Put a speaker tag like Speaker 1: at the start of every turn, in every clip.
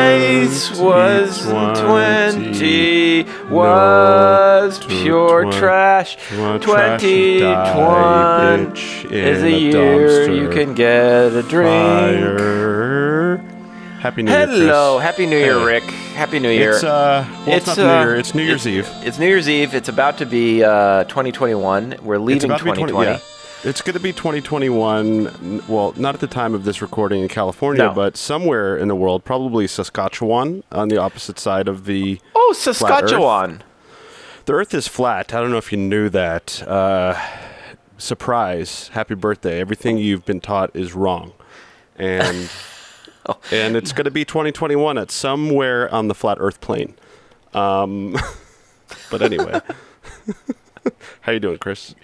Speaker 1: It was twenty, was pure trash. Twenty one is a year you can get a drink.
Speaker 2: Happy New Year, Chris.
Speaker 1: Hello, Happy New Year,
Speaker 2: Hey.
Speaker 1: Rick. Happy New Year.
Speaker 2: It's uh, well, it's,
Speaker 1: It's,
Speaker 2: not
Speaker 1: uh,
Speaker 2: New Year. It's New Year's Eve.
Speaker 1: It's New Year's Eve. It's about to be uh, 2021. We're
Speaker 2: It's
Speaker 1: leaving
Speaker 2: about to be
Speaker 1: 2020.
Speaker 2: 20 yeah. It's going to be 2021. n- Well, not at the time of this recording in California,
Speaker 1: No.
Speaker 2: but somewhere in the world, probably Saskatchewan, on the opposite side of the.
Speaker 1: Oh,
Speaker 2: Earth.
Speaker 1: Saskatchewan.
Speaker 2: The Earth is flat. I don't know if you knew that. Uh, surprise! Happy birthday! Everything you've been taught is wrong, and and it's going to be 2021 at somewhere on the flat Earth plane. Um, but anyway, how you doing, Chris?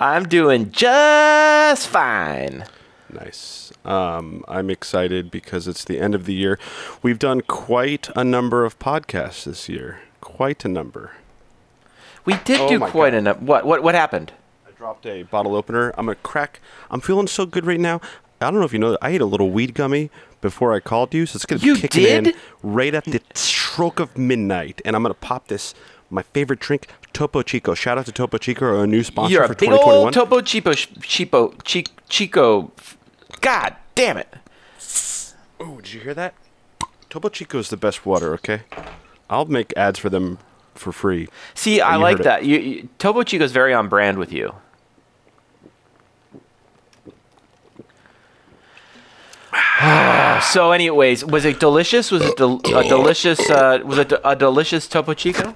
Speaker 1: I'm doing just fine.
Speaker 2: Nice. Um, I'm excited because it's the end of the year. We've done quite a number of podcasts this year. Quite a number.
Speaker 1: We did
Speaker 2: Oh
Speaker 1: do
Speaker 2: my
Speaker 1: quite
Speaker 2: God.
Speaker 1: enough. What? What? What happened?
Speaker 2: I dropped a bottle opener. I'm a crack. I'm feeling so good right now. I don't know if you know that I ate a little weed gummy before I called you, so it's gonna
Speaker 1: You
Speaker 2: be kicking in
Speaker 1: did?
Speaker 2: right at the stroke of midnight, and I'm gonna pop this. My favorite drink, Topo Chico. Shout out to Topo Chico, our new sponsor
Speaker 1: You're
Speaker 2: for
Speaker 1: a big
Speaker 2: 2021.
Speaker 1: old Topo Chico, Chico, Chi- Chico. God damn it!
Speaker 2: Oh, did you hear that? Topo Chico is the best water, okay? I'll make ads for them for free.
Speaker 1: See, I
Speaker 2: you
Speaker 1: like
Speaker 2: heard it.
Speaker 1: that. You, you, Topo Chico's very on brand with you. so, anyways, was it delicious? Was it del- a delicious? Uh, was it a delicious Topo Chico?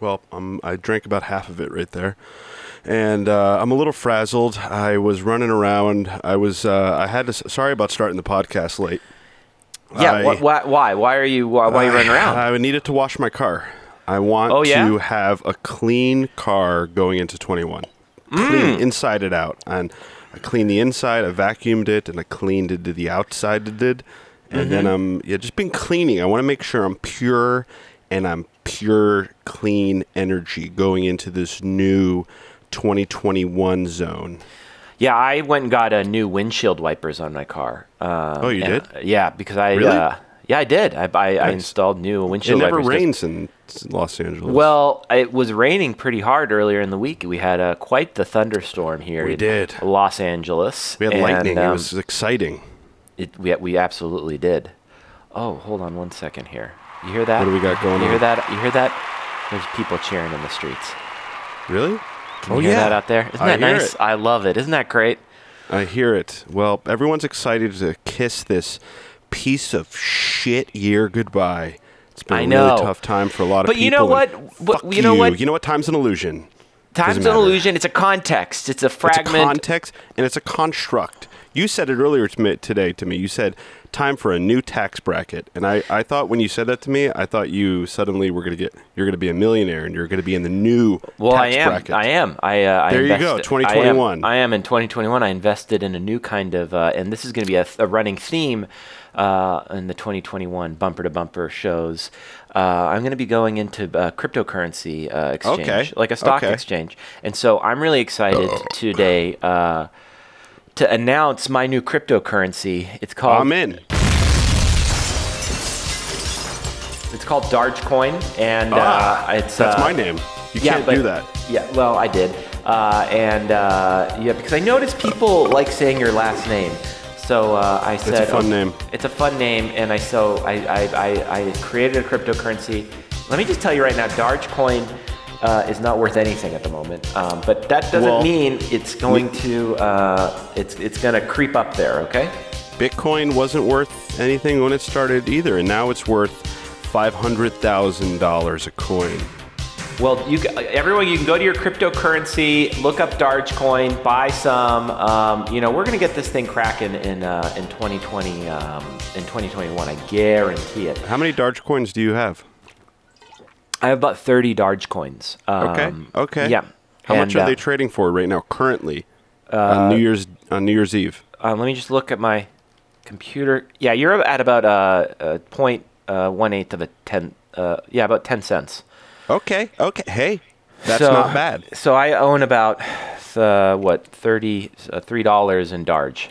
Speaker 2: Well, um, I drank about half of it right there, and uh, I'm a little frazzled. I was running around. I was. Uh, I had to. s- Sorry about starting the podcast late.
Speaker 1: Yeah.
Speaker 2: I-
Speaker 1: wh- why? Why? Why are you? Why, why are you running around?
Speaker 2: I needed to wash my car. I want
Speaker 1: Oh, yeah?
Speaker 2: to have a clean car going into 21. Clean
Speaker 1: Mm.
Speaker 2: inside it out. And I cleaned the inside, I vacuumed it, and I cleaned it to the outside it did. And then
Speaker 1: Mm-hmm.
Speaker 2: I'm yeah, just been cleaning. I want to make sure I'm pure and I'm pure clean energy going into this new 2021 zone.
Speaker 1: Yeah, I went and got a new windshield wipers on my car. Um,
Speaker 2: Oh, you
Speaker 1: and-
Speaker 2: did?
Speaker 1: Yeah, because I.
Speaker 2: Really?
Speaker 1: Uh, yeah, I did. I, I, I
Speaker 2: Nice.
Speaker 1: installed new
Speaker 2: It
Speaker 1: windshield
Speaker 2: never
Speaker 1: wipers. 'cause-
Speaker 2: rains in Los Angeles.
Speaker 1: Well, it was raining pretty hard earlier in the week. We had uh, quite the thunderstorm here.
Speaker 2: We
Speaker 1: in
Speaker 2: did.
Speaker 1: Los Angeles.
Speaker 2: we had
Speaker 1: and,
Speaker 2: lightning. it
Speaker 1: um,
Speaker 2: was exciting.
Speaker 1: it- we, we absolutely did. Oh, hold on one second here. You hear that?
Speaker 2: What do we got going
Speaker 1: you
Speaker 2: on?
Speaker 1: hear that? You hear that? There's people cheering in the streets.
Speaker 2: Really?
Speaker 1: Can you hear that out there? Isn't
Speaker 2: Oh, I
Speaker 1: that
Speaker 2: hear
Speaker 1: nice?
Speaker 2: it.
Speaker 1: I love it. Isn't that great?
Speaker 2: I hear it. Well, everyone's excited to kiss this piece of shit year goodbye. It's been
Speaker 1: I
Speaker 2: a
Speaker 1: know.
Speaker 2: really tough time for a lot of
Speaker 1: But
Speaker 2: people.
Speaker 1: you know
Speaker 2: and
Speaker 1: what? What-
Speaker 2: fuck
Speaker 1: you know what?
Speaker 2: You know what? Time's an illusion.
Speaker 1: Time's an
Speaker 2: matter.
Speaker 1: illusion. It's a context. It's a fragment.
Speaker 2: It's a context and it's a construct. You said it earlier to me, today to me. You said time for a new tax bracket, and I, I thought when you said that to me, I thought you suddenly were gonna get you're gonna be a millionaire and you're gonna be in the new
Speaker 1: Well,
Speaker 2: tax
Speaker 1: I am.
Speaker 2: bracket.
Speaker 1: I am. I. Uh, I
Speaker 2: There you go,
Speaker 1: invested- I am-
Speaker 2: 2021.
Speaker 1: I am, in 2021. I invested in a new kind of, uh, and this is going to be a, a running theme uh, in the 2021 bumper to bumper shows. Uh, I'm going to be going into uh, cryptocurrency uh, exchange,
Speaker 2: Okay,
Speaker 1: like a stock
Speaker 2: okay. Oh.
Speaker 1: exchange, and so I'm really excited today uh, to announce my new cryptocurrency. It's called.
Speaker 2: I'm in.
Speaker 1: It's called Dogecoin, and
Speaker 2: Ah,
Speaker 1: uh, it's
Speaker 2: That's
Speaker 1: uh,
Speaker 2: my name. You can't do that.
Speaker 1: Yeah, well, I did, uh, and uh, yeah, because I noticed people like saying your last name, so uh, I said
Speaker 2: fun name.
Speaker 1: It's a fun name, and I so I I, I, I created a cryptocurrency. Let me just tell you right now, Dogecoin. Uh, is not worth anything at the moment, um, but that doesn't
Speaker 2: Well-
Speaker 1: mean it's going to uh, it's it's going to creep up there. Okay.
Speaker 2: Bitcoin wasn't worth anything when it started either, and now it's worth five hundred thousand dollars a coin.
Speaker 1: Well, you ca- everyone, you can go to your cryptocurrency, look up Dogecoin, buy some. Um, you know, we're gonna get this thing cracking in uh, in 2020 um, in 2021. I guarantee it.
Speaker 2: How many Doge coins do you have?
Speaker 1: I have about 30 Dogecoins.
Speaker 2: Okay,
Speaker 1: Um,
Speaker 2: okay.
Speaker 1: Yeah.
Speaker 2: How much
Speaker 1: And,
Speaker 2: are they
Speaker 1: uh,
Speaker 2: trading for right now, currently, on New Year's on New Year's Eve?
Speaker 1: uh, let me just look at my computer. Yeah, you're at about uh, uh, point uh, one eighth of a ten. Uh, yeah, about 10 cents.
Speaker 2: Okay, okay. Hey, that's
Speaker 1: So-
Speaker 2: not bad.
Speaker 1: So I own about uh, what 30 uh, three dollars in Darge.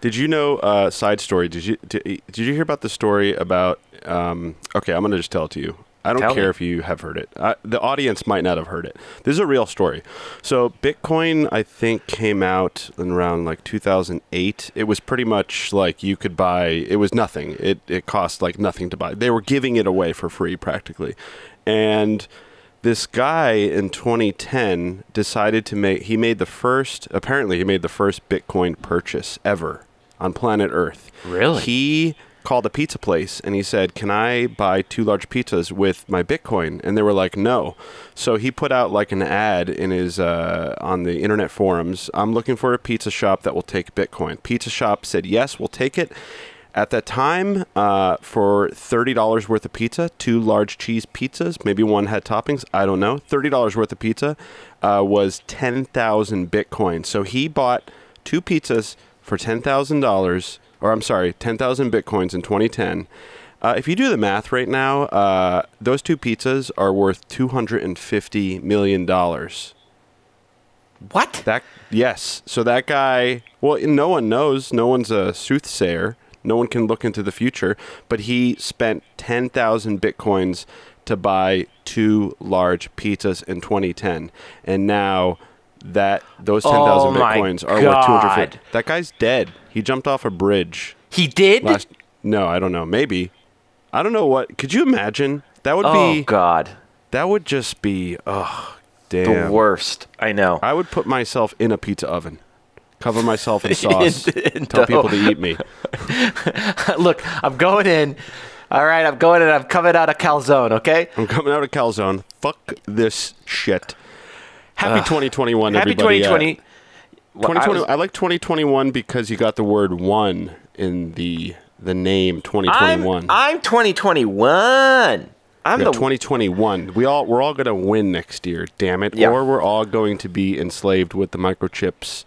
Speaker 2: Did you know? Uh, side story. Did you did, did you hear about the story about? Um, okay, I'm gonna just tell it to you. I don't
Speaker 1: Tell
Speaker 2: care
Speaker 1: me.
Speaker 2: if you have heard it. I, the audience might not have heard it. This is a real story. So Bitcoin, I think, came out in around like 2008. It was pretty much like you could buy. It was nothing. It it cost like nothing to buy. They were giving it away for free practically, and this guy in 2010 decided to make he made the first apparently he made the first bitcoin purchase ever on planet earth
Speaker 1: Really?
Speaker 2: he called a pizza place and he said can i buy two large pizzas with my bitcoin and they were like no so he put out like an ad in his uh, on the internet forums i'm looking for a pizza shop that will take bitcoin pizza shop said yes we'll take it at that time, uh, for thirty dollars worth of pizza, two large cheese pizzas, maybe one had toppings, I don't know. Thirty dollars worth of pizza uh, was ten thousand Bitcoin. So he bought two pizzas for ten thousand dollars, or I'm sorry, ten thousand Bitcoins in 2010. Uh, if you do the math right now, uh, those two pizzas are worth two hundred and fifty million dollars.
Speaker 1: What?
Speaker 2: That yes. So that guy. Well, no one knows. No one's a soothsayer. No one can look into the future. But he spent ten thousand bitcoins to buy two large pizzas in 2010, and now that those ten
Speaker 1: Oh
Speaker 2: thousand
Speaker 1: my
Speaker 2: bitcoins are worth 250.
Speaker 1: God.
Speaker 2: That guy's dead. He jumped off a bridge
Speaker 1: he did?
Speaker 2: last. No, I don't know. Maybe. I don't know what. Could you imagine? That would
Speaker 1: oh
Speaker 2: be.
Speaker 1: God.
Speaker 2: That would just be. Oh,
Speaker 1: The
Speaker 2: damn.
Speaker 1: worst. I know.
Speaker 2: I would put myself in a pizza oven, cover myself in sauce,
Speaker 1: In- in
Speaker 2: tell
Speaker 1: dough.
Speaker 2: people to eat me.
Speaker 1: Look, I'm going in. All right, I'm going in. I'm coming out of calzone, okay?
Speaker 2: I'm coming out of calzone. Fuck this shit. Happy 2021,
Speaker 1: Happy
Speaker 2: everybody.
Speaker 1: 2020.
Speaker 2: Uh, 2020
Speaker 1: I,
Speaker 2: I,
Speaker 1: was-
Speaker 2: like 2021 because you got the word one in the the name 2021.
Speaker 1: I'm, I'm 2021. I'm
Speaker 2: Yeah,
Speaker 1: the
Speaker 2: 2021. We all we're all gonna win next year, damn it!
Speaker 1: Yeah.
Speaker 2: Or we're all going to be enslaved with the microchips,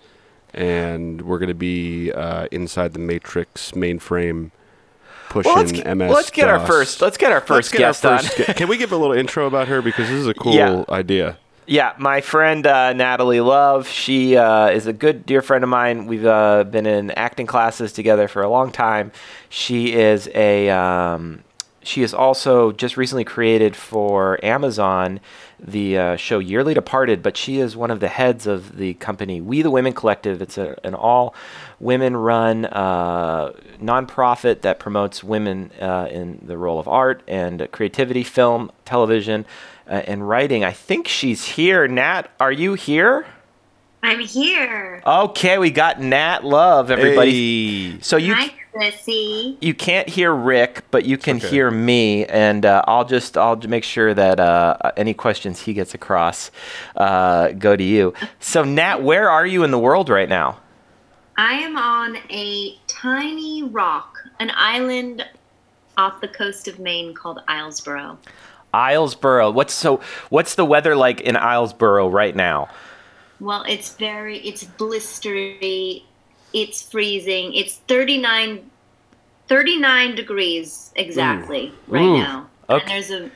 Speaker 2: and we're gonna be uh, inside the matrix mainframe, pushing
Speaker 1: well, let's, get-
Speaker 2: MS.
Speaker 1: let's get our
Speaker 2: DOS.
Speaker 1: first. Let's get our
Speaker 2: Let's
Speaker 1: first
Speaker 2: get our
Speaker 1: guest on.
Speaker 2: first gu- Can we give a little intro about her because this is a cool
Speaker 1: Yeah.
Speaker 2: idea.
Speaker 1: Yeah, my friend uh, Natalie Love. She uh, is a good dear friend of mine. We've uh, been in acting classes together for a long time. She is a um, she is also just recently created for Amazon the uh, show Yearly Departed, but she is one of the heads of the company We the Women Collective. It's a, an all women run uh, nonprofit that promotes women uh, in the role of art and creativity, film, television uh, and writing. I think she's here. Nat, are you here?
Speaker 3: I'm here.
Speaker 1: Okay, we got Nat Love, everybody.
Speaker 2: Hey.
Speaker 1: So you
Speaker 3: Hi, Chrissy.
Speaker 1: you can't hear Rick, but you can
Speaker 2: okay.
Speaker 1: hear me, and uh, I'll just I'll j- make sure that uh, any questions he gets across uh, go to you. So Nat, where are you in the world right now?
Speaker 3: I am on a tiny rock, an island off the coast of Maine called Islesboro.
Speaker 1: Islesboro. What's so? What's the weather like in Islesboro right now?
Speaker 3: Well, it's very, it's blistery, it's freezing, it's 39, 39 degrees exactly right
Speaker 1: Ooh.
Speaker 3: now.
Speaker 1: Mm. Okay.
Speaker 3: And there's a,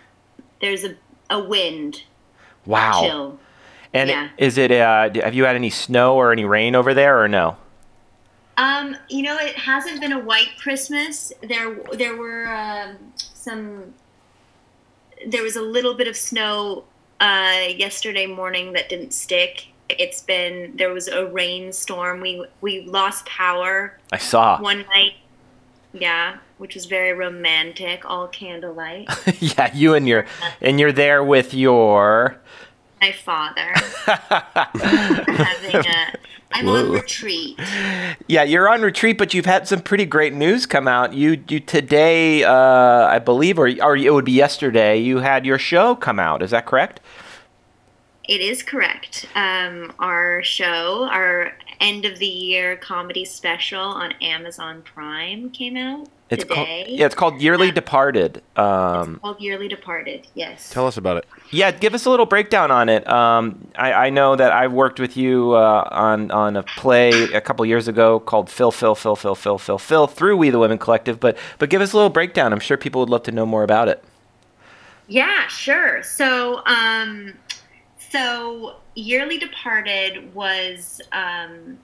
Speaker 3: there's a, a wind
Speaker 1: Wow.
Speaker 3: chill.
Speaker 1: and
Speaker 3: yeah.
Speaker 1: is it? Uh, d- have you had any snow or any rain over there, or no?
Speaker 3: Um, you know, it hasn't been a white Christmas. There, there were um, some. There was a little bit of snow uh, yesterday morning that didn't stick. It's been there was a rainstorm. We we lost power
Speaker 1: I saw.
Speaker 3: one night. Yeah, which was very romantic, all candlelight.
Speaker 1: yeah, you and your and you're there with your
Speaker 3: My father having a. I'm on
Speaker 2: Whoa.
Speaker 3: retreat.
Speaker 1: yeah, you're on retreat, but you've had some pretty great news come out. You you today, uh, I believe, or or it would be yesterday. You had your show come out. Is that correct?
Speaker 3: It is correct. Um, our show, our end of the year comedy special on Amazon Prime came out
Speaker 1: called
Speaker 3: today.
Speaker 1: yeah, it's called Yearly Departed. Um,
Speaker 3: Called Yearly Departed. Yes.
Speaker 2: Tell us about it.
Speaker 1: yeah, give us a little breakdown on it. Um, I, I know that I worked with you uh, on on a play a couple years ago called Phil Phil Phil Phil Phil Phil Phil through We the Women Collective, but but give us a little breakdown. I'm sure people would love to know more about it.
Speaker 3: Yeah, sure. So, um, so Yearly Departed was um,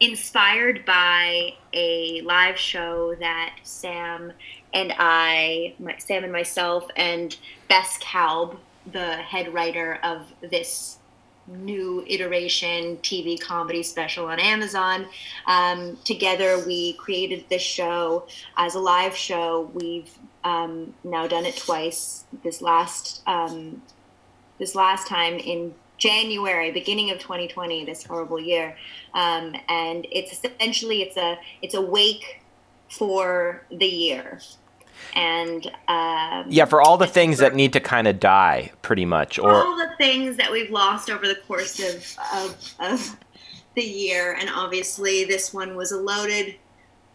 Speaker 3: inspired by a live show that Sam and I, my, Sam and myself, and Bess Kalb, the head writer of this new iteration TV comedy special on Amazon. Um, together, we created this show as a live show. We've um, now done it twice. This last um, this last time in January, beginning of 2020, this horrible year, um, and it's essentially it's a it's a wake for the year, and um,
Speaker 1: Yeah, for all the things that need to kind of die, pretty much.
Speaker 3: for
Speaker 1: Or
Speaker 3: all the things that we've lost over the course of, of, of the year and obviously this one was a loaded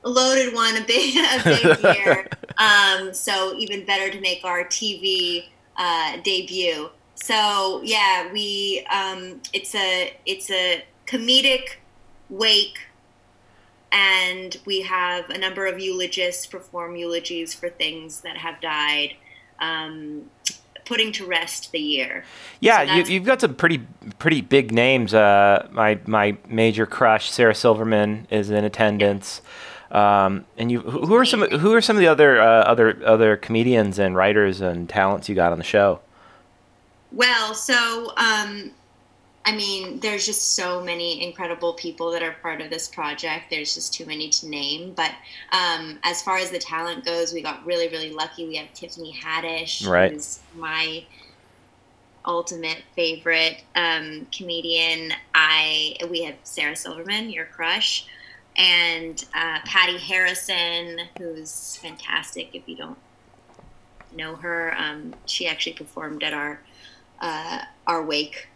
Speaker 3: a loaded one a big, a big year um, so even better to make our tv uh, debut so yeah we um, it's a it's a comedic wake and we have a number of eulogists perform eulogies for things that have died um, putting to rest the year
Speaker 1: yeah,
Speaker 3: so
Speaker 1: you,
Speaker 3: that's-
Speaker 1: you've got some pretty pretty big names. Uh, my my major crush, Sarah Silverman, is in attendance. Um, and you, who who are some who are some of the other uh, other other comedians and writers and talents you got on the show?
Speaker 3: Well, so um, I mean, there's just so many incredible people that are part of this project. There's just too many to name. But um, as far as the talent goes, we got really, really lucky. We have Tiffany Haddish,
Speaker 1: Right.
Speaker 3: who's my ultimate favorite um, comedian. I we have Sarah Silverman, your crush. And uh, Patty Harrison, who's fantastic. If you don't know her, um, she actually performed at our uh, our wake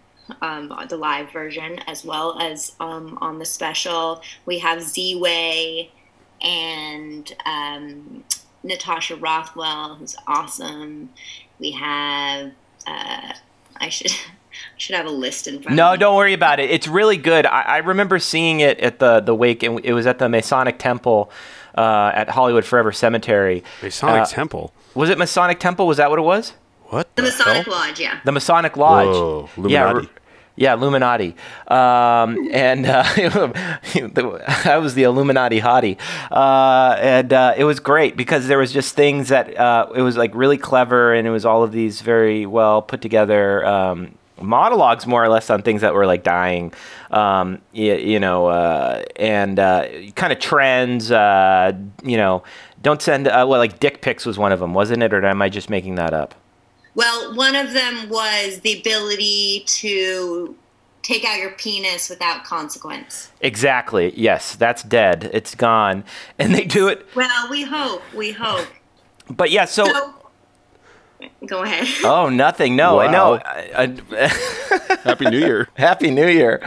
Speaker 3: um, the live version as well as um, on the special we have z-way and um, natasha rothwell who's awesome we have uh, i should should have a list in front
Speaker 1: No,
Speaker 3: of me.
Speaker 1: don't worry about it. It's really good. I, I remember seeing it at the the wake, and it was at the Masonic Temple uh, at Hollywood Forever Cemetery.
Speaker 2: Masonic
Speaker 1: Uh,
Speaker 2: Temple.
Speaker 1: Was it Masonic Temple? Was that what it was?
Speaker 2: What
Speaker 3: the
Speaker 2: the
Speaker 3: masonic
Speaker 2: hell?
Speaker 3: lodge yeah
Speaker 1: The Masonic Lodge.
Speaker 2: Whoa,
Speaker 1: Yeah,
Speaker 2: Illuminati.
Speaker 1: r- yeah, Illuminati. Um, and uh, I was the Illuminati hottie. Uh, and uh, it was great because there was just things that uh, it was like really clever and it was all of these very well put together um, monologues more or less on things that were like dying, um, you, you know, uh, and uh, kind of trends, uh, you know, don't send, uh, well, like dick pics was one of them, wasn't it? Or am I just making that up?
Speaker 3: well one of them was the ability to take out your penis without consequence
Speaker 1: Exactly. Yes, that's dead. It's gone, and they do it.
Speaker 3: well we hope we hope
Speaker 1: But yeah, so
Speaker 3: so go ahead
Speaker 1: oh, nothing. No, I no.
Speaker 2: Wow.
Speaker 1: I- I-
Speaker 2: Happy New Year.
Speaker 1: Happy New Year.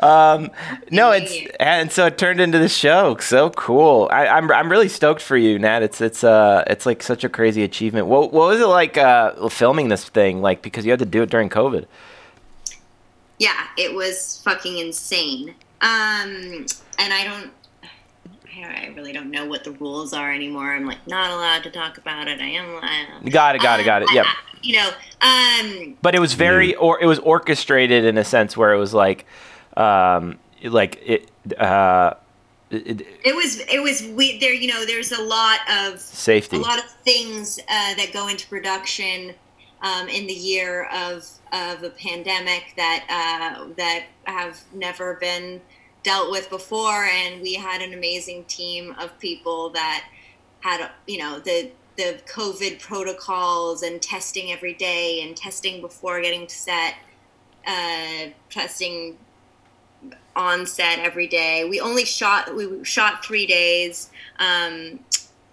Speaker 1: Um, no,
Speaker 3: New
Speaker 1: it's
Speaker 3: Year.
Speaker 1: and so it turned into the show. So cool. I, I'm I'm really stoked for you, Nat. It's it's uh it's like such a crazy achievement. What what was it like uh, filming this thing? Like because you had to do it during COVID.
Speaker 3: yeah it was fucking insane um and i don't I don't- I really don't know what the rules are anymore. I'm like not allowed to talk about it. I am allowed.
Speaker 1: Got it. Got it. Got it.
Speaker 3: Um,
Speaker 1: Yep.
Speaker 3: You know, um,
Speaker 1: but it was very or it was orchestrated in a sense where it was like um like it uh it, it-
Speaker 3: it was it was we there. You know, there's a lot of
Speaker 1: safety
Speaker 3: a lot of things uh, that go into production um, in the year of of a pandemic that uh, that have never been dealt with before, and we had an amazing team of people that had you know the the COVID protocols and testing every day and testing before getting to set, uh, testing on set every day. We only shot we shot three days um,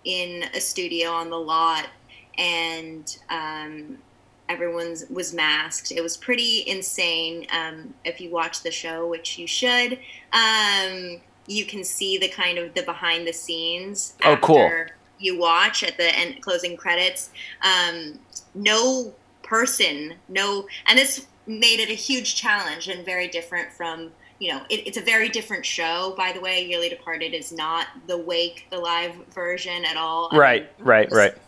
Speaker 3: in a studio on the lot, and um, everyone's was masked. It was pretty insane. Um, if you watch the show, which you should, um, you can see the kind of the behind the scenes.
Speaker 1: Oh, cool.
Speaker 3: after You watch at the end closing credits. Um, no person, no, and this made it a huge challenge and very different from you know, it, it's a very different show, by the way. Yearly Departed is not the Wake, the live version at all. I
Speaker 1: right
Speaker 3: mean,
Speaker 1: right
Speaker 3: just
Speaker 1: right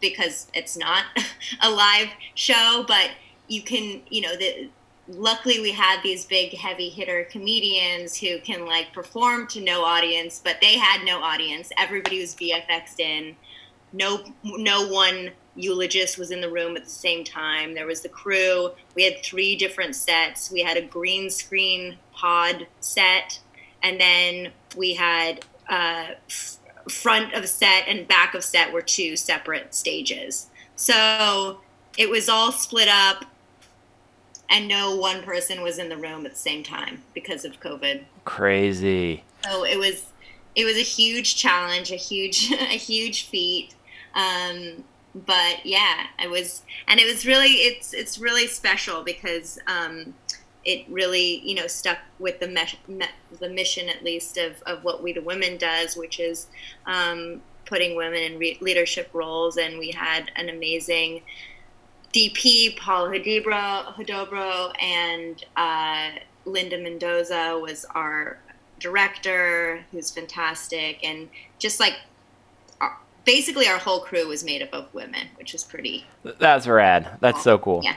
Speaker 3: Because it's not a live show, but you can, you know, the luckily we had these big heavy hitter comedians who can like perform to no audience but they had no audience everybody was vfx'd in no no one eulogist was in the room at the same time there was the crew we had three different sets we had a green screen pod set and then we had uh, f- front of set and back of set were two separate stages so it was all split up and no one person was in the room at the same time because of covid
Speaker 1: Crazy.
Speaker 3: so it was it was a huge challenge a huge a huge feat um but yeah it was and it was really it's it's really special because um it really you know stuck with the mesh, me, the mission at least of of what we the women does which is um putting women in re- leadership roles and we had an amazing DP Paul Hodibro, Hodobro and uh, Linda Mendoza was our director, who's fantastic, and just like our, basically our whole crew was made up of women, which was pretty.
Speaker 1: That's rad. That's so cool.
Speaker 3: Yeah.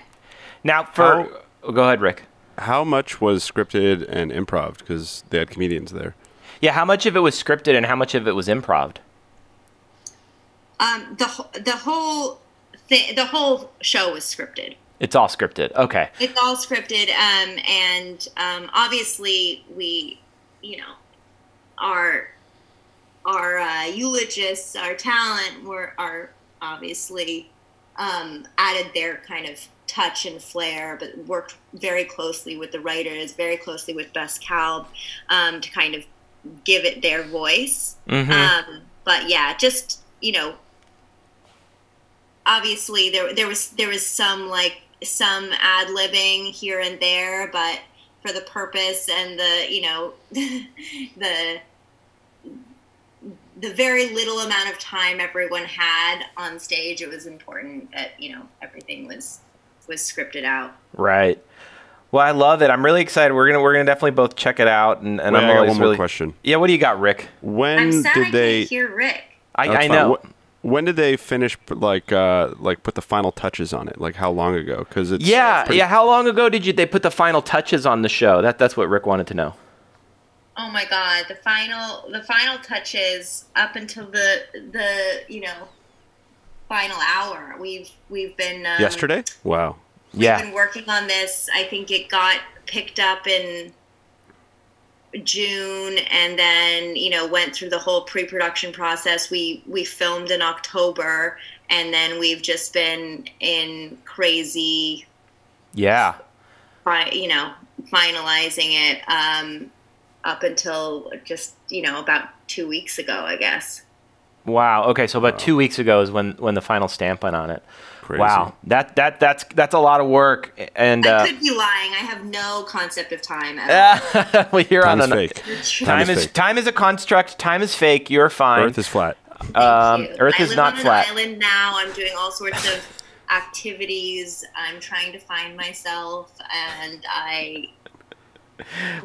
Speaker 1: Now for oh, go ahead, Rick.
Speaker 2: How much was scripted and improv? Because they had comedians there.
Speaker 1: Yeah, how much of it was scripted and how much of it was improv?
Speaker 3: Um, the wh- the whole thi- the whole show was scripted.
Speaker 1: It's all scripted. Okay.
Speaker 3: It's all scripted, um, and um, obviously we, you know, our our uh, eulogists, our talent were are obviously um, added their kind of touch and flair, but worked very closely with the writers, very closely with Bess Calb um, to kind of give it their voice.
Speaker 1: Mm-hmm.
Speaker 3: Um, but yeah, just you know, obviously there there was there was some like some ad libbing here and there, but for the purpose and the you know the the very little amount of time everyone had on stage, it was important that you know everything was was scripted out.
Speaker 1: right. Well, I love it. I'm really excited. We're gonna we're gonna definitely both check it out. And, and
Speaker 2: Wait,
Speaker 1: I'm
Speaker 2: I got
Speaker 1: always
Speaker 2: one more
Speaker 1: really-
Speaker 2: question.
Speaker 1: Yeah. What do you got, Rick?
Speaker 3: I'm
Speaker 2: When
Speaker 3: sad I
Speaker 2: did
Speaker 3: can't
Speaker 2: they?
Speaker 3: hear Rick.
Speaker 1: I,
Speaker 2: That's
Speaker 1: I
Speaker 2: fine.
Speaker 1: know.
Speaker 2: Wh- When did they finish? p- Like, uh, like put the final touches on it? Like how long ago? Because it's
Speaker 1: yeah.
Speaker 2: pretty-
Speaker 1: yeah. How long ago did you they put the final touches on the show? That that's what Rick wanted to know.
Speaker 3: oh my god the final the final touches up until the the you know final hour we've we've been um,
Speaker 2: Yesterday? Wow.
Speaker 1: Yeah.
Speaker 3: been working on this i think it got picked up in june and then you know went through the whole pre-production process we we filmed in october and then we've just been in crazy
Speaker 1: yeah.
Speaker 3: fi- you know finalizing it um, up until just you know about two weeks ago i guess
Speaker 1: Wow. Okay. So about two weeks ago is when when the final stamp went on it.
Speaker 2: Crazy.
Speaker 1: Wow. That that that's that's a lot of work. And uh,
Speaker 3: i could be lying i have no concept of time at all.
Speaker 1: well, you're
Speaker 2: Time's
Speaker 1: on an,
Speaker 2: fake.
Speaker 1: Time,
Speaker 2: Time
Speaker 1: is
Speaker 2: is fake.
Speaker 1: time is a construct. Time is fake. You're fine.
Speaker 2: Earth is flat.
Speaker 3: Thank
Speaker 1: um,
Speaker 3: you.
Speaker 1: Earth
Speaker 3: I
Speaker 1: is
Speaker 3: live
Speaker 1: not
Speaker 3: on
Speaker 1: flat.
Speaker 3: an island now i'm doing all sorts of activities i'm trying to find myself and i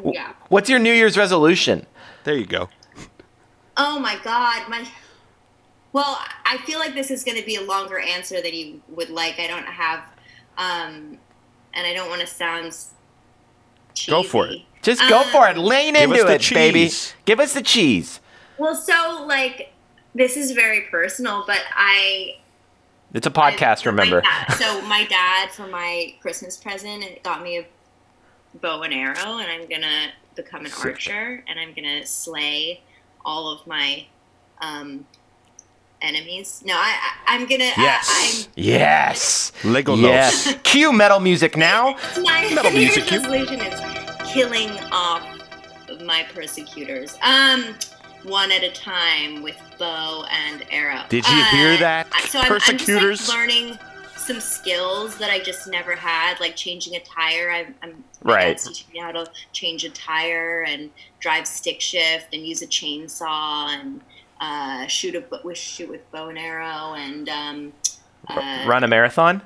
Speaker 3: yeah
Speaker 1: What's your New Year's resolution?
Speaker 2: There you go.
Speaker 3: oh my god my well i feel like this is going to be a longer answer than you would like i don't have um and i don't want to sound
Speaker 2: Go for
Speaker 3: cheesy.
Speaker 1: Just go
Speaker 3: Um,
Speaker 1: for it. Lean
Speaker 2: Give us
Speaker 1: into
Speaker 2: the
Speaker 1: it, baby.
Speaker 2: cheese.
Speaker 1: Give us the cheese.
Speaker 3: well so like this is very personal but i
Speaker 1: It's a podcast,
Speaker 3: I- my
Speaker 1: remember?
Speaker 3: dad- so my dad for my christmas present it got me a bow and arrow and i'm gonna become an
Speaker 2: Sick.
Speaker 3: archer and i'm gonna slay all of my um enemies no i, I i'm gonna I, I'm,
Speaker 2: Yes.
Speaker 1: Yes.
Speaker 2: Legolas.
Speaker 1: Yes. Cue metal music now.
Speaker 3: my
Speaker 2: Metal music, you-
Speaker 3: resolution is killing off my persecutors um one at a time with bow and arrow Uh,
Speaker 2: Did you hear that,
Speaker 3: so I'm, I'm
Speaker 2: persecutors?
Speaker 3: just, like, learning some skills that i just never had like changing a tire i'm, I'm my
Speaker 1: Right.
Speaker 3: dad's teaching me how to change a tire and drive stick shift and use a chainsaw and uh, shoot a bo- with shoot with bow and arrow and um, uh,
Speaker 1: Run a marathon.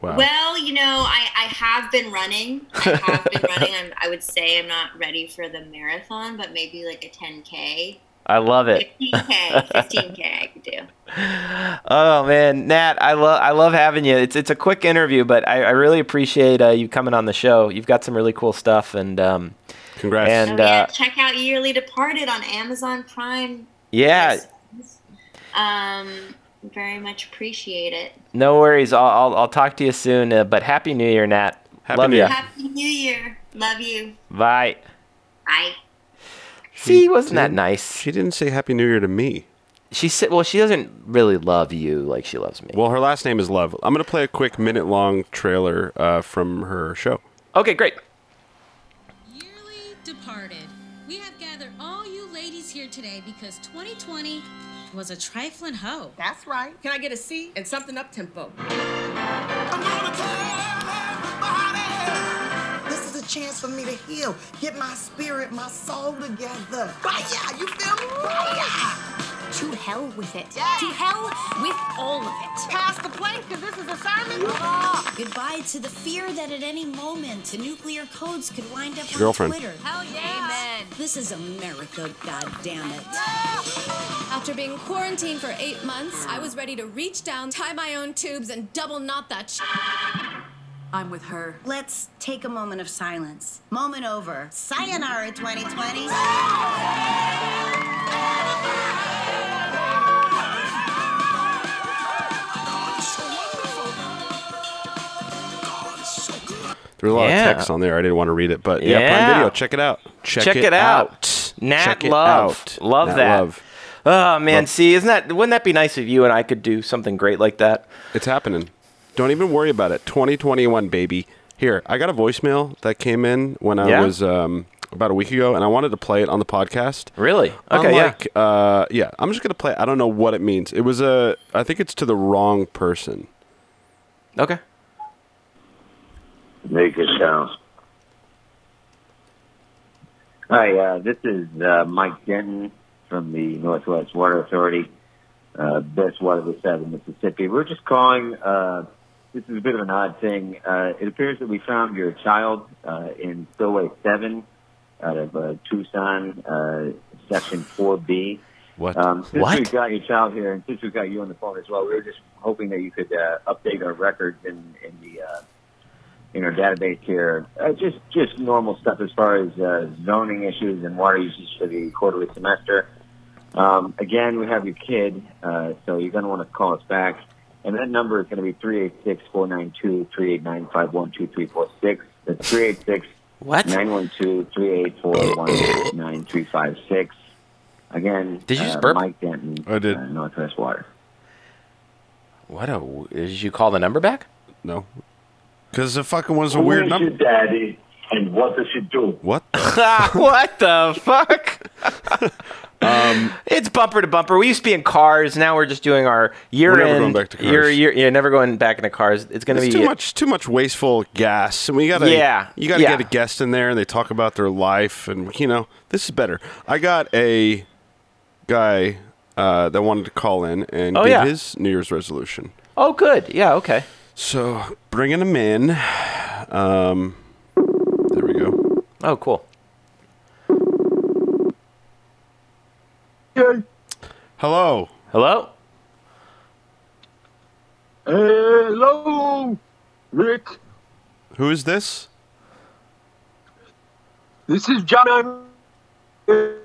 Speaker 2: Wow.
Speaker 3: well, you know, I, I have been running. I have been running. I'm, I would say I'm not ready for the marathon, but maybe like a 10K,
Speaker 1: I love it.
Speaker 3: 15K, 15K I could do.
Speaker 1: Oh man, Nat, I love I love having you. It's it's a quick interview, but I, I really appreciate uh, you coming on the show. You've got some really cool stuff, and um,
Speaker 2: Congrats.
Speaker 1: And-
Speaker 3: oh, yeah,
Speaker 1: uh,
Speaker 3: check out Yearly Departed on Amazon Prime.
Speaker 1: yeah,
Speaker 3: Um, very much appreciate it.
Speaker 1: no worries. I'll I'll, I'll talk to you soon. Uh, but happy New Year, Nat.
Speaker 2: Happy
Speaker 1: love
Speaker 2: New
Speaker 1: ya.
Speaker 2: Year.
Speaker 3: Happy New Year. Love you.
Speaker 1: Bye.
Speaker 3: Bye.
Speaker 1: See, wasn't that
Speaker 2: did.
Speaker 1: nice?
Speaker 2: she didn't say Happy New Year to me.
Speaker 1: She said, "Well, she doesn't really love you like she loves me."
Speaker 2: Well, her last name is Love. I'm going to play a quick minute long trailer uh, from her show.
Speaker 1: Okay, great.
Speaker 4: Yearly Departed. We have gathered all you ladies here today because 2020 was a trifling hoe.
Speaker 5: That's right. Can I get a C and something up tempo?
Speaker 6: This is a chance for me to heal, get my spirit, my soul together. yeah, you feel me? yeah.
Speaker 7: To hell with it.
Speaker 6: Yeah.
Speaker 7: To hell with all of it.
Speaker 5: Pass the plate, because this is a sermon.
Speaker 7: Goodbye to the fear that at any moment the nuclear codes could wind up
Speaker 2: girlfriend.
Speaker 7: on Twitter.
Speaker 4: Hell yeah. Amen.
Speaker 7: This is America, goddammit.
Speaker 8: After being quarantined for eight months, I was ready to reach down, tie my own tubes, and double knot that sh- I'm with her.
Speaker 7: Let's take a moment of silence. Moment over. Sayonara 2020.
Speaker 2: There was a lot
Speaker 1: Yeah.
Speaker 2: of text on there. I didn't want to read it, but yeah, Prime
Speaker 1: Yeah.
Speaker 2: Video. Check it out. Check,
Speaker 1: Check it out. Nat
Speaker 2: Check it
Speaker 1: Love.
Speaker 2: out.
Speaker 1: Love
Speaker 2: Nat
Speaker 1: that.
Speaker 2: Love.
Speaker 1: Oh man, see, isn't that wouldn't that be nice if you and I could do something great like that?
Speaker 2: It's happening. Don't even worry about it. 2021, baby. Here, I got a voicemail that came in when I
Speaker 1: Yeah?
Speaker 2: was um, about a week ago, and I wanted to play it on the podcast.
Speaker 1: Really? Oh Okay,
Speaker 2: Unlike, yeah. Uh, yeah, I'm just gonna play. it. I don't know what it means. It was a. I think it's to the wrong person.
Speaker 1: yeah. Okay.
Speaker 9: Make it sound. Hi, uh, this is uh, Mike Denton from the Northwest Water Authority, uh, best water we have in Mississippi. We're just calling. Uh, this is a bit of an odd thing. Uh, it appears that we found your child uh, in Spillway 7 out of uh, Tucson, uh, Section 4B.
Speaker 2: What?
Speaker 1: Uh.
Speaker 9: Um, since
Speaker 1: What?
Speaker 9: we've got your child here, and since we've got you on the phone as well, we were just hoping that you could uh, update our records in, in the uh, in our database here. Uh, just just normal stuff as far as uh, zoning issues and water usage for the quarterly semester. Um, again, we have your kid, uh, so you're going to want to call us back, and that number is going to be three eight six four nine two three eight nine five one two three four six. That's three eight six
Speaker 1: What?
Speaker 9: nine one two three eight four one nine three five six. Again,
Speaker 1: Did you
Speaker 9: uh,
Speaker 1: just burp?
Speaker 9: Mike Denton,
Speaker 2: I did.
Speaker 9: Uh, Northwest Water.
Speaker 1: What a w- did you call the number back?
Speaker 2: No. Because the fucking was a weird number.
Speaker 9: daddy, and what does she do?
Speaker 2: What? the-
Speaker 1: Ah, what the fuck?
Speaker 2: Um,
Speaker 1: it's bumper to bumper. We used to be in cars. Now we're just doing our year
Speaker 2: We're never
Speaker 1: end.
Speaker 2: going back to
Speaker 1: Year,
Speaker 2: cars.
Speaker 1: year, yeah, never going back into cars. It's gonna
Speaker 2: It's
Speaker 1: be
Speaker 2: too much. Too much wasteful gas, and we gotta.
Speaker 1: Yeah,
Speaker 2: You gotta
Speaker 1: yeah.
Speaker 2: get a guest in there, and they talk about their life, and you know this is better. I got a guy uh, that wanted to call in and
Speaker 1: Oh,
Speaker 2: give
Speaker 1: yeah.
Speaker 2: his New Year's resolution.
Speaker 1: Oh, good. Yeah. Okay.
Speaker 2: So bringing him in. Um, there we go.
Speaker 1: Oh, cool.
Speaker 2: Hello.
Speaker 1: Hello.
Speaker 10: Hello, Rick.
Speaker 2: Who is this?
Speaker 10: This is John. I'm good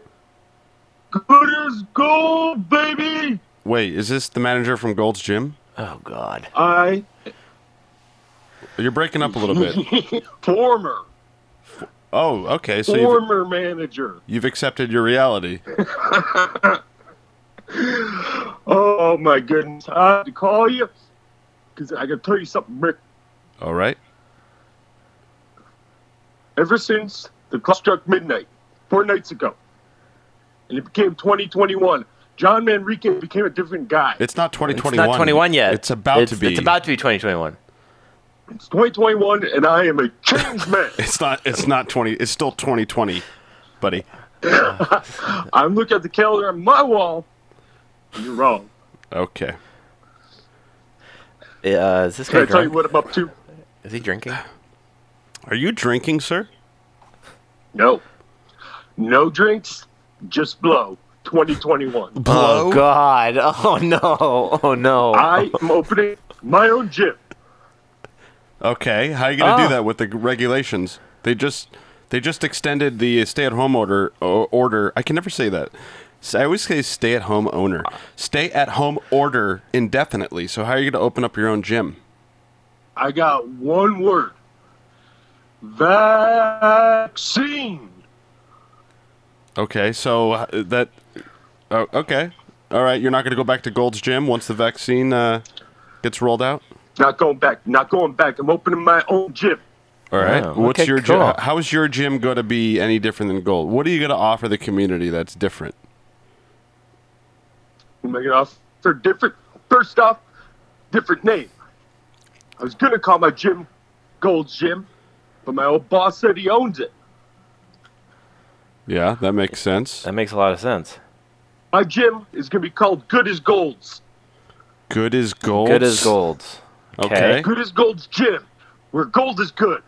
Speaker 10: as gold, baby.
Speaker 2: Wait, is this the manager from Gold's Gym?
Speaker 1: Oh God.
Speaker 10: I
Speaker 2: You're breaking up a little bit.
Speaker 10: former
Speaker 2: Oh, okay. So you've,
Speaker 10: former manager.
Speaker 2: you've accepted your reality.
Speaker 10: Oh my goodness! I had to call you because I gotta tell you something, Rick.
Speaker 2: All right.
Speaker 10: Ever since the clock struck midnight four nights ago, and it became 2021, John Manrique became a different guy.
Speaker 2: It's not
Speaker 1: It's
Speaker 2: 2021.
Speaker 1: not 21 yet.
Speaker 2: It's about to be.
Speaker 1: It's about to be 2021.
Speaker 10: It's 2021, and I am a changed man.
Speaker 2: It's not. It's not 20. It's still 2020, buddy.
Speaker 10: I'm looking at the calendar on my wall. and You're wrong.
Speaker 2: Okay.
Speaker 1: Uh, is this
Speaker 10: Can
Speaker 1: guy
Speaker 10: I tell you
Speaker 1: drunk?
Speaker 10: what I'm up to?
Speaker 1: Is he drinking?
Speaker 2: Are you drinking, sir?
Speaker 10: No. No drinks, just blow. 2021.
Speaker 1: Oh God! Oh no! Oh no!
Speaker 10: I am opening my own gym.
Speaker 2: Okay, how are you going to
Speaker 1: Ah.
Speaker 10: Oh.
Speaker 2: do that with the regulations? They just they just extended the stay-at-home order o- order. I can never say that. S- I always say stay-at-home owner, stay-at-home order indefinitely. So how are you going to open up your own gym?
Speaker 10: I got one word. Vaccine.
Speaker 2: Okay, so uh, that oh, okay, all right. You're not going to go back to Gold's Gym once the vaccine uh, gets rolled out.
Speaker 10: Not going back. Not going back. I'm opening my own gym.
Speaker 2: All right.
Speaker 1: Wow,
Speaker 2: What's
Speaker 1: okay,
Speaker 2: your
Speaker 1: cool.
Speaker 2: gym? How is your gym going to be any different than Gold? What are you going to offer the community that's different?
Speaker 10: I'm making off for different. First off, different name. I was gonna call my gym Gold's Gym, but my old boss said he owns it.
Speaker 2: Yeah, that makes sense.
Speaker 1: That makes a lot of sense.
Speaker 10: My gym is gonna be called Good as Gold's.
Speaker 2: Good as gold.
Speaker 1: Good as gold. Okay.
Speaker 2: Okay.
Speaker 10: Good as Gold's Gym, where gold is good.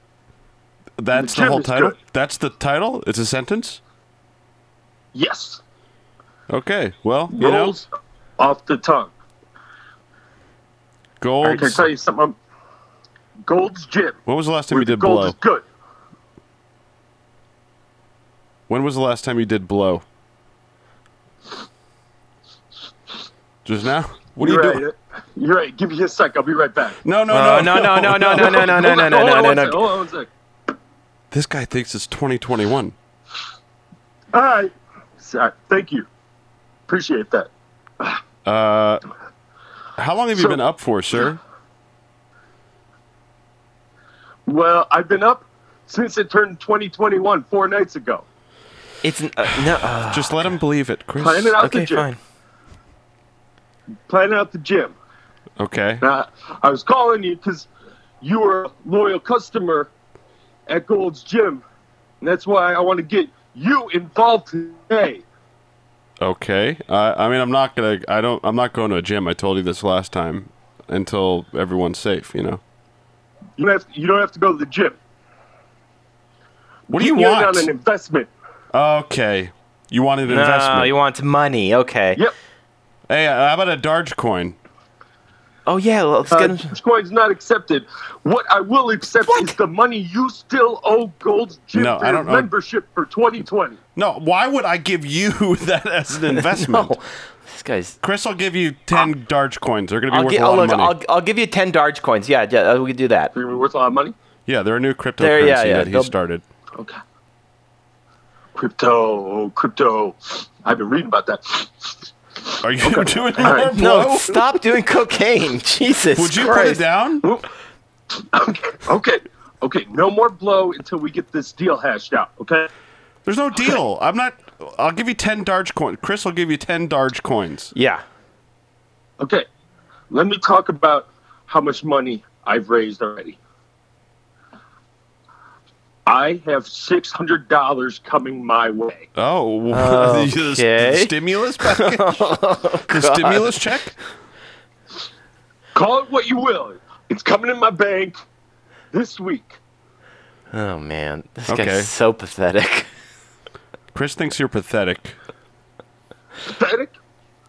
Speaker 2: That's the,
Speaker 10: The gym
Speaker 2: whole
Speaker 10: is
Speaker 2: title.
Speaker 10: good.
Speaker 2: That's the title. It's a sentence.
Speaker 10: Yes,
Speaker 2: Okay. Well, you know,
Speaker 10: rolls off the tongue. I
Speaker 2: gold.
Speaker 10: can tell you something. Gold's Gym.
Speaker 2: When was the last time
Speaker 10: where
Speaker 2: you
Speaker 10: the
Speaker 2: did
Speaker 10: gold
Speaker 2: blow?
Speaker 10: is good.
Speaker 2: When was the last time you did blow? Just now? What are you
Speaker 10: You're
Speaker 2: doing?
Speaker 10: right. You're right. Give me a sec. I'll be right back.
Speaker 2: No, no,
Speaker 1: Oh,
Speaker 2: no,
Speaker 1: no, no, no, no, no, no, no,
Speaker 10: Hold
Speaker 1: no,
Speaker 10: on,
Speaker 1: no,
Speaker 10: hold on
Speaker 1: no,
Speaker 10: one
Speaker 1: no,
Speaker 10: sec, Hold on one sec.
Speaker 2: This guy thinks it's 2021.
Speaker 10: All right. Sorry. Thank you. Appreciate that.
Speaker 2: Uh, how long have you
Speaker 10: So-
Speaker 2: been up for, sir?
Speaker 10: Well, I've been up since it turned 2021, four nights ago.
Speaker 1: It's n- uh, no. Uh,
Speaker 2: Just let him believe it, Chris.
Speaker 10: Planning out
Speaker 1: okay,
Speaker 10: the gym.
Speaker 1: fine.
Speaker 10: Planning out the gym.
Speaker 2: Okay.
Speaker 10: Uh, I was calling you because you were a loyal customer at Gold's Gym. And that's why I want to get you involved today.
Speaker 2: Okay. Uh, I mean, I'm not gonna. I don't. I'm not going to a gym. I told you this last time. Until everyone's safe, you know.
Speaker 10: You don't have to, you don't have to go to the gym.
Speaker 2: What do you
Speaker 10: You're in
Speaker 2: want?
Speaker 10: on an investment.
Speaker 2: Okay. You wanted an
Speaker 1: No,
Speaker 2: investment.
Speaker 1: you want money? Okay.
Speaker 10: Yep.
Speaker 2: hey, uh, how about a Dogecoin?
Speaker 1: Oh yeah, let's
Speaker 10: Uh,
Speaker 1: get him.
Speaker 10: Dogecoin's not accepted. What I will accept is the money you still owe Gold's Gym
Speaker 2: No,
Speaker 10: for
Speaker 2: I
Speaker 10: your
Speaker 2: don't owe-
Speaker 10: membership for 2020.
Speaker 2: No, why would I give you that as an investment?
Speaker 1: No, Oh, this guy's.
Speaker 2: Chris, I'll give you 10 Dogecoins. They're going to be
Speaker 1: I'll,
Speaker 2: worth
Speaker 1: gi-
Speaker 2: a lot
Speaker 1: oh, look,
Speaker 2: of money.
Speaker 1: I'll, I'll give you ten Darge coins. Yeah, yeah, uh, we could do that.
Speaker 10: You're gonna be worth a lot of money.
Speaker 2: Yeah, they're a new cryptocurrency
Speaker 1: There- yeah, yeah,
Speaker 2: that he
Speaker 1: they'll-
Speaker 2: started.
Speaker 10: Okay. Crypto, oh, crypto. I've been reading about that.
Speaker 2: Are you doing
Speaker 10: All
Speaker 2: more
Speaker 10: right.
Speaker 2: blow?
Speaker 1: No, stop doing cocaine. Jesus
Speaker 2: Would you put it
Speaker 1: Christ.
Speaker 2: down?
Speaker 10: Okay, okay, okay. No more blow until we get this deal hashed out. Okay.
Speaker 2: There's no deal. I'm not. I'll give you 10 Dogecoin. Chris will give you 10 Dogecoins.
Speaker 1: Yeah.
Speaker 10: Okay. Let me talk about how much money I've raised already. I have six hundred dollars coming my way.
Speaker 2: Oh, the, the
Speaker 1: Okay.
Speaker 2: stimulus package? the stimulus check?
Speaker 10: Call it what you will. It's coming in my bank this week.
Speaker 1: Oh man, this
Speaker 2: Okay.
Speaker 1: guy's so pathetic.
Speaker 2: Chris thinks you're pathetic.
Speaker 10: Pathetic.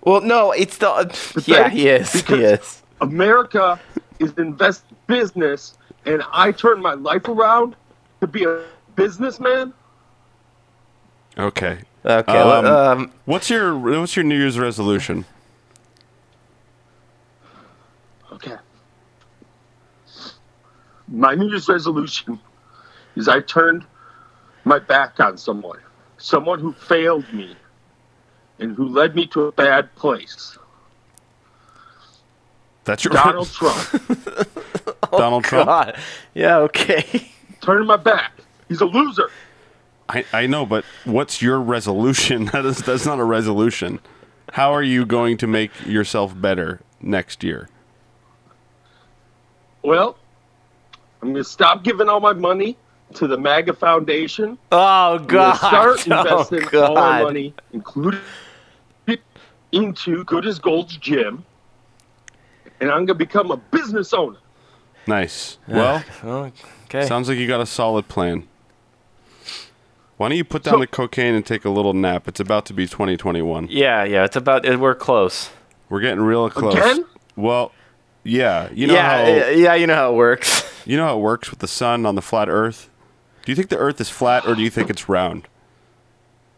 Speaker 1: Well, no, it's the. uh, Yeah, he is. He is.
Speaker 10: America is invest business, and I turned my life around to be a businessman.
Speaker 2: Okay.
Speaker 1: Okay.
Speaker 2: Um,
Speaker 1: Um, um,
Speaker 2: What's your What's your New Year's resolution?
Speaker 10: Okay. My New Year's resolution is I turned my back on someone, someone who failed me, and who led me to a bad place.
Speaker 2: That's your
Speaker 10: Donald Trump.
Speaker 2: Donald Trump.
Speaker 1: God. Yeah. Okay.
Speaker 10: Turning my back. He's a loser.
Speaker 2: I, I know, but what's your resolution? That is that's not a resolution. How are you going to make yourself better next year?
Speaker 10: Well, I'm going to stop giving all my money to the MAGA Foundation.
Speaker 1: Oh
Speaker 10: I'm gonna
Speaker 1: God.
Speaker 10: start
Speaker 1: oh,
Speaker 10: investing all my
Speaker 1: God.
Speaker 10: money, including it, into Good as Gold's gym, and I'm gonna become a business owner.
Speaker 2: Nice. Well,
Speaker 1: Oh, okay.
Speaker 2: sounds like you got a solid plan. Why don't you put down the cocaine and take a little nap? It's about to be 2021.
Speaker 1: Yeah, yeah. It's about it, we're close.
Speaker 2: We're getting real close.
Speaker 1: Again?
Speaker 2: Well, yeah. You know
Speaker 1: Yeah,
Speaker 2: how,
Speaker 1: yeah, yeah, you know how it works.
Speaker 2: You know how it works with the sun on the flat Earth. Do you think the Earth is flat or do you think it's round?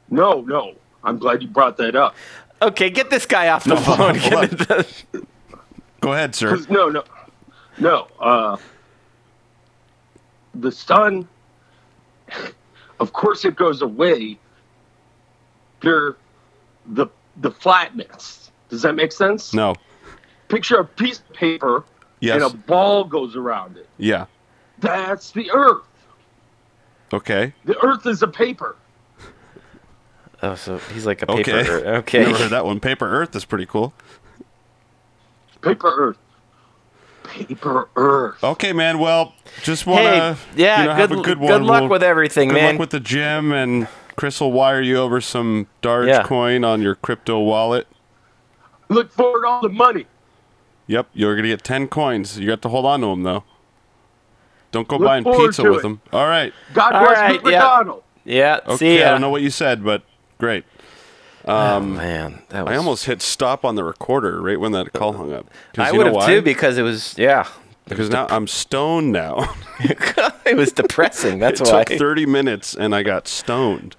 Speaker 10: No, no. I'm glad you brought that up.
Speaker 1: Okay, get this guy off the phone.
Speaker 2: Go ahead, sir.
Speaker 10: 'Cause- No, no, no. Uh, the sun, of course, it goes away. There, the the flatness. Does that make sense?
Speaker 2: No.
Speaker 10: Picture a piece of paper,
Speaker 2: Yes.
Speaker 10: and a ball goes around it.
Speaker 2: Yeah.
Speaker 10: That's the Earth.
Speaker 2: Okay.
Speaker 10: The Earth is a paper.
Speaker 1: Oh, so he's like a
Speaker 2: Okay.
Speaker 1: paper. Earth. Okay.
Speaker 2: Never heard that one. Paper Earth is pretty cool.
Speaker 10: Paper Earth. Paper Earth.
Speaker 2: Okay, man. Well, just want to
Speaker 1: Hey, yeah,
Speaker 2: you know, have
Speaker 1: good-
Speaker 2: a good
Speaker 1: good
Speaker 2: one.
Speaker 1: luck with everything,
Speaker 2: good
Speaker 1: man.
Speaker 2: luck with the gym, and Chris will wire you over some Dogecoin coin on your crypto wallet.
Speaker 10: Look forward all the money.
Speaker 2: Yep, you're gonna get ten coins. You got to hold on to them though. Don't go
Speaker 10: Look
Speaker 2: buying
Speaker 10: forward
Speaker 2: pizza
Speaker 10: to
Speaker 2: with
Speaker 10: it.
Speaker 2: them. All right.
Speaker 10: God
Speaker 1: All
Speaker 10: bless
Speaker 1: right, yeah.
Speaker 10: McDonald.
Speaker 1: Yeah.
Speaker 2: Okay.
Speaker 1: See
Speaker 2: I
Speaker 1: ya.
Speaker 2: don't know what you said, but great. Um,
Speaker 1: man,
Speaker 2: I almost hit stop on the recorder right when that call hung up. 'Cause
Speaker 1: I
Speaker 2: you
Speaker 1: would
Speaker 2: know
Speaker 1: have
Speaker 2: why?
Speaker 1: too because it was yeah.
Speaker 2: Because now I'm stoned now.
Speaker 1: it was depressing. That's
Speaker 2: it
Speaker 1: why.
Speaker 2: took 30 minutes and I got stoned.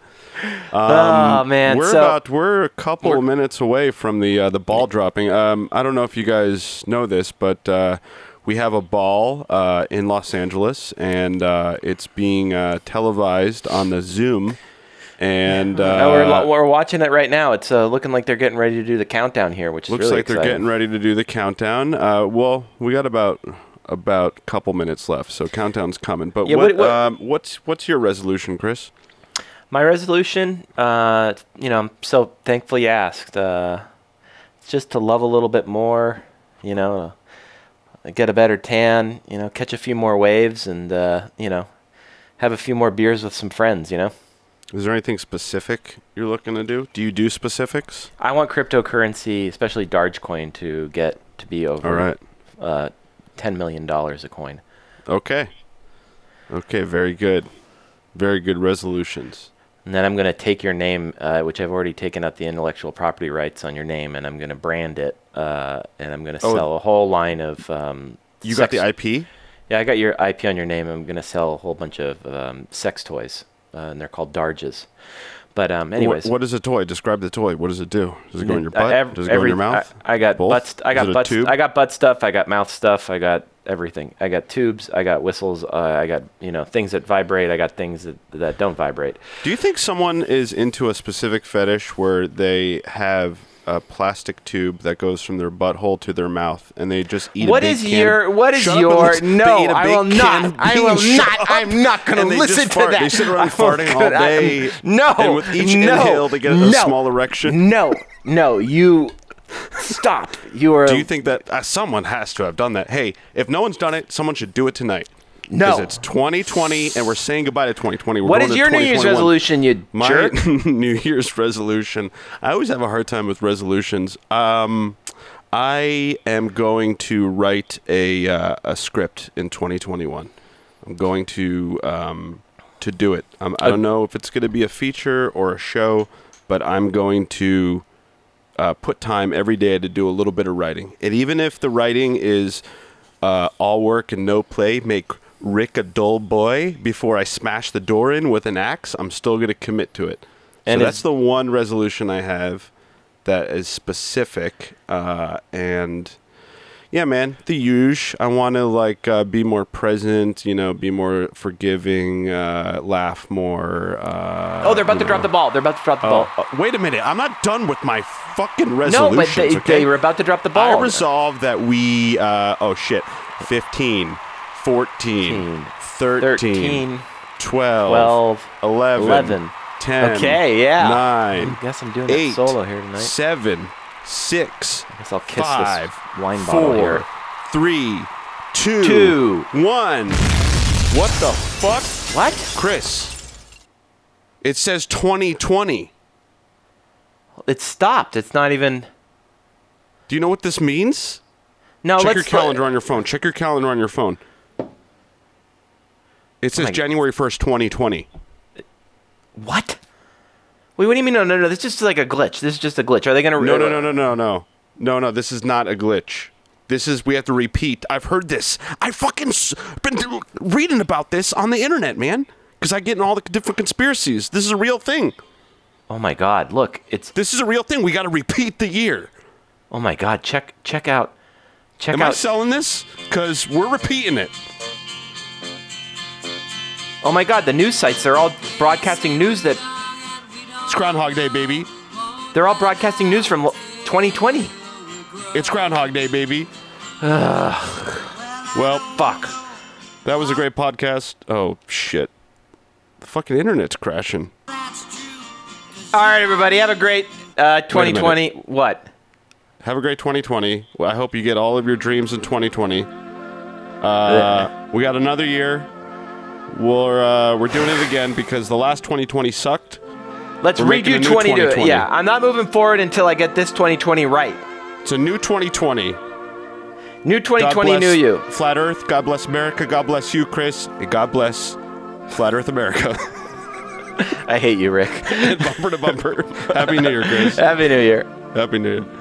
Speaker 2: Um,
Speaker 1: Oh, man,
Speaker 2: we're
Speaker 1: so-
Speaker 2: about we're a couple of minutes away from the uh, the ball dropping. Um, I don't know if you guys know this, but uh, we have a ball uh, in Los Angeles, and uh, it's being uh, televised on the Zoom. And uh,
Speaker 1: No, Oh, we're, lo- we're watching it right now. It's uh, looking like they're getting ready to do the countdown here, which is
Speaker 2: Looks
Speaker 1: really
Speaker 2: like they're getting ready to do the countdown. Uh, well, we got about about couple minutes left, so countdown's coming. But
Speaker 1: Yeah,
Speaker 2: what,
Speaker 1: what- what-
Speaker 2: um, what's what's your resolution, Chris?
Speaker 1: My resolution, uh, you know, I'm so thankful you asked. Uh, it's just to love a little bit more, you know, uh, get a better tan, you know, catch a few more waves, and uh, you know, have a few more beers with some friends, you know.
Speaker 2: Is there anything specific you're looking to do? Do you do specifics?
Speaker 1: I want cryptocurrency, especially Dogecoin, to get to be over
Speaker 2: All right.
Speaker 1: uh, ten million dollars a coin.
Speaker 2: Okay. Okay, very good. Very good resolutions.
Speaker 1: And then I'm going to take your name, uh, which I've already taken out the intellectual property rights on your name, and I'm going to brand it, uh, and I'm going to
Speaker 2: Oh.
Speaker 1: sell a whole line of. Um,
Speaker 2: You got the IP?
Speaker 1: Yeah, I got your IP on your name. I'm going to sell a whole bunch of um, sex toys, uh, and they're called Darges. But um,
Speaker 2: Wh-
Speaker 1: anyways,
Speaker 2: what is a toy? Describe the toy. What does it do? Does it go in your
Speaker 1: I-
Speaker 2: butt?
Speaker 1: ev-
Speaker 2: does it go in
Speaker 1: every-
Speaker 2: your mouth?
Speaker 1: I, I got
Speaker 2: Both?
Speaker 1: butts. I
Speaker 2: Is
Speaker 1: got
Speaker 2: it a
Speaker 1: butts.
Speaker 2: tube?
Speaker 1: I got butt stuff. I got mouth stuff. I got everything. I got tubes. I got whistles. Uh, I got you know things that vibrate. I got things that, that don't vibrate.
Speaker 2: Do you think someone is into a specific fetish where they have a plastic tube that goes from their butthole to their mouth and they just eat
Speaker 1: What
Speaker 2: a big
Speaker 1: is
Speaker 2: can-
Speaker 1: your what is
Speaker 2: Shut up and
Speaker 1: your
Speaker 2: listen. They
Speaker 1: no?
Speaker 2: eat a
Speaker 1: I
Speaker 2: big
Speaker 1: will
Speaker 2: can
Speaker 1: not.
Speaker 2: of
Speaker 1: I will
Speaker 2: beans.
Speaker 1: not. I'm not going
Speaker 2: And
Speaker 1: to
Speaker 2: they
Speaker 1: listen
Speaker 2: just
Speaker 1: to
Speaker 2: fart.
Speaker 1: that.
Speaker 2: They sit around
Speaker 1: I'm
Speaker 2: farting all
Speaker 1: gonna- I-
Speaker 2: day,
Speaker 1: no.
Speaker 2: and with each
Speaker 1: no,
Speaker 2: inhale, they get a
Speaker 1: no,
Speaker 2: small erection.
Speaker 1: No. No. You stop. You are.
Speaker 2: Do you think that uh, someone has to have done that? Hey, if no one's done it, someone should do it tonight.
Speaker 1: No.
Speaker 2: because it's 2020 and we're saying goodbye to 2020. We're
Speaker 1: What
Speaker 2: going
Speaker 1: is
Speaker 2: to
Speaker 1: your New Year's
Speaker 2: 2021.
Speaker 1: resolution, you
Speaker 2: My uh,
Speaker 1: jerk?
Speaker 2: New Year's resolution. I always have a hard time with resolutions. Um, I am going to write a uh, a script in 2021. I'm going to um, to do it. Um, I don't know if it's going to be a feature or a show, but I'm going to uh, put time every day to do a little bit of writing. And even if the writing is uh, all work and no play, make Rick a dull boy before I smash the door in with an axe, I'm still going to commit to it. so
Speaker 1: And is-
Speaker 2: that's the one resolution I have that is specific. Uh, and yeah, man, the huge. I want to like uh, be more present, you know, be more forgiving, uh, laugh more. Uh,
Speaker 1: Oh, they're about to drop the ball. They're about to drop the ball.
Speaker 2: Oh, uh, wait a minute. I'm not done with my fucking
Speaker 1: No,
Speaker 2: resolutions.
Speaker 1: but they,
Speaker 2: okay?
Speaker 1: they were about to drop the
Speaker 2: I
Speaker 1: ball.
Speaker 2: resolved that we, uh, oh shit, 15, 14, 13,
Speaker 1: 13,
Speaker 2: 12,
Speaker 1: 12,
Speaker 2: 11,
Speaker 1: 11.
Speaker 2: 10,
Speaker 1: Okay, yeah.
Speaker 2: 9,
Speaker 1: I guess I'm doing it
Speaker 2: eight,
Speaker 1: solo here tonight.
Speaker 2: 7, 6, I
Speaker 1: guess I'll kiss this
Speaker 2: five,
Speaker 1: wine bottle
Speaker 2: four,
Speaker 1: here.
Speaker 2: three, two,
Speaker 1: Two.
Speaker 2: one. What the fuck?
Speaker 1: What?
Speaker 2: Chris, it says 2020.
Speaker 1: It stopped. It's not even.
Speaker 2: Do you know what this means?
Speaker 1: No,
Speaker 2: Check
Speaker 1: Oh, let's
Speaker 2: your calendar on your phone. Check your calendar on your phone. It says
Speaker 1: Oh my-
Speaker 2: January 1st, 2020.
Speaker 1: What? Wait, what do you mean? No, no, no. This is just like a glitch. This is just a glitch. Are they going to?
Speaker 2: No, no, no, no, no, no, no, no. This is not a glitch. This is we have to repeat. I've heard this. I fucking s- been do- reading about this on the internet, man. Because I get in all the different conspiracies. This is a real thing.
Speaker 1: Oh my God! Look, it's.
Speaker 2: This is a real thing. We got to repeat the year.
Speaker 1: Oh my God! Check, check out, check
Speaker 2: Am I
Speaker 1: out.
Speaker 2: selling this? Because we're repeating it.
Speaker 1: oh my God! The news sites—they're all broadcasting news that
Speaker 2: It's Groundhog Day, baby.
Speaker 1: they're all broadcasting news from l- 2020.
Speaker 2: It's Groundhog Day, baby. well,
Speaker 1: Fuck.
Speaker 2: that was a great podcast. Oh shit. The fucking internet's crashing.
Speaker 1: All right, everybody, have a great uh, 2020. What?
Speaker 2: Have a great 2020. Well, I hope you get all of your dreams in 2020. Uh, we got another year. We're uh, we're doing it again because the last 2020 sucked.
Speaker 1: Let's
Speaker 2: We're making a
Speaker 1: redo
Speaker 2: new
Speaker 1: 20 to
Speaker 2: 2020.
Speaker 1: Yeah, I'm not moving forward until I get this 2020 right.
Speaker 2: It's a new 2020.
Speaker 1: New
Speaker 2: God
Speaker 1: 2020, new
Speaker 2: bless
Speaker 1: you.
Speaker 2: Flat Earth. God bless America. God bless you, Chris. And God bless Flat Earth America.
Speaker 1: I hate you, Rick.
Speaker 2: bumper to bumper. Happy New Year, Chris.
Speaker 1: Happy New Year.
Speaker 2: Happy New Year.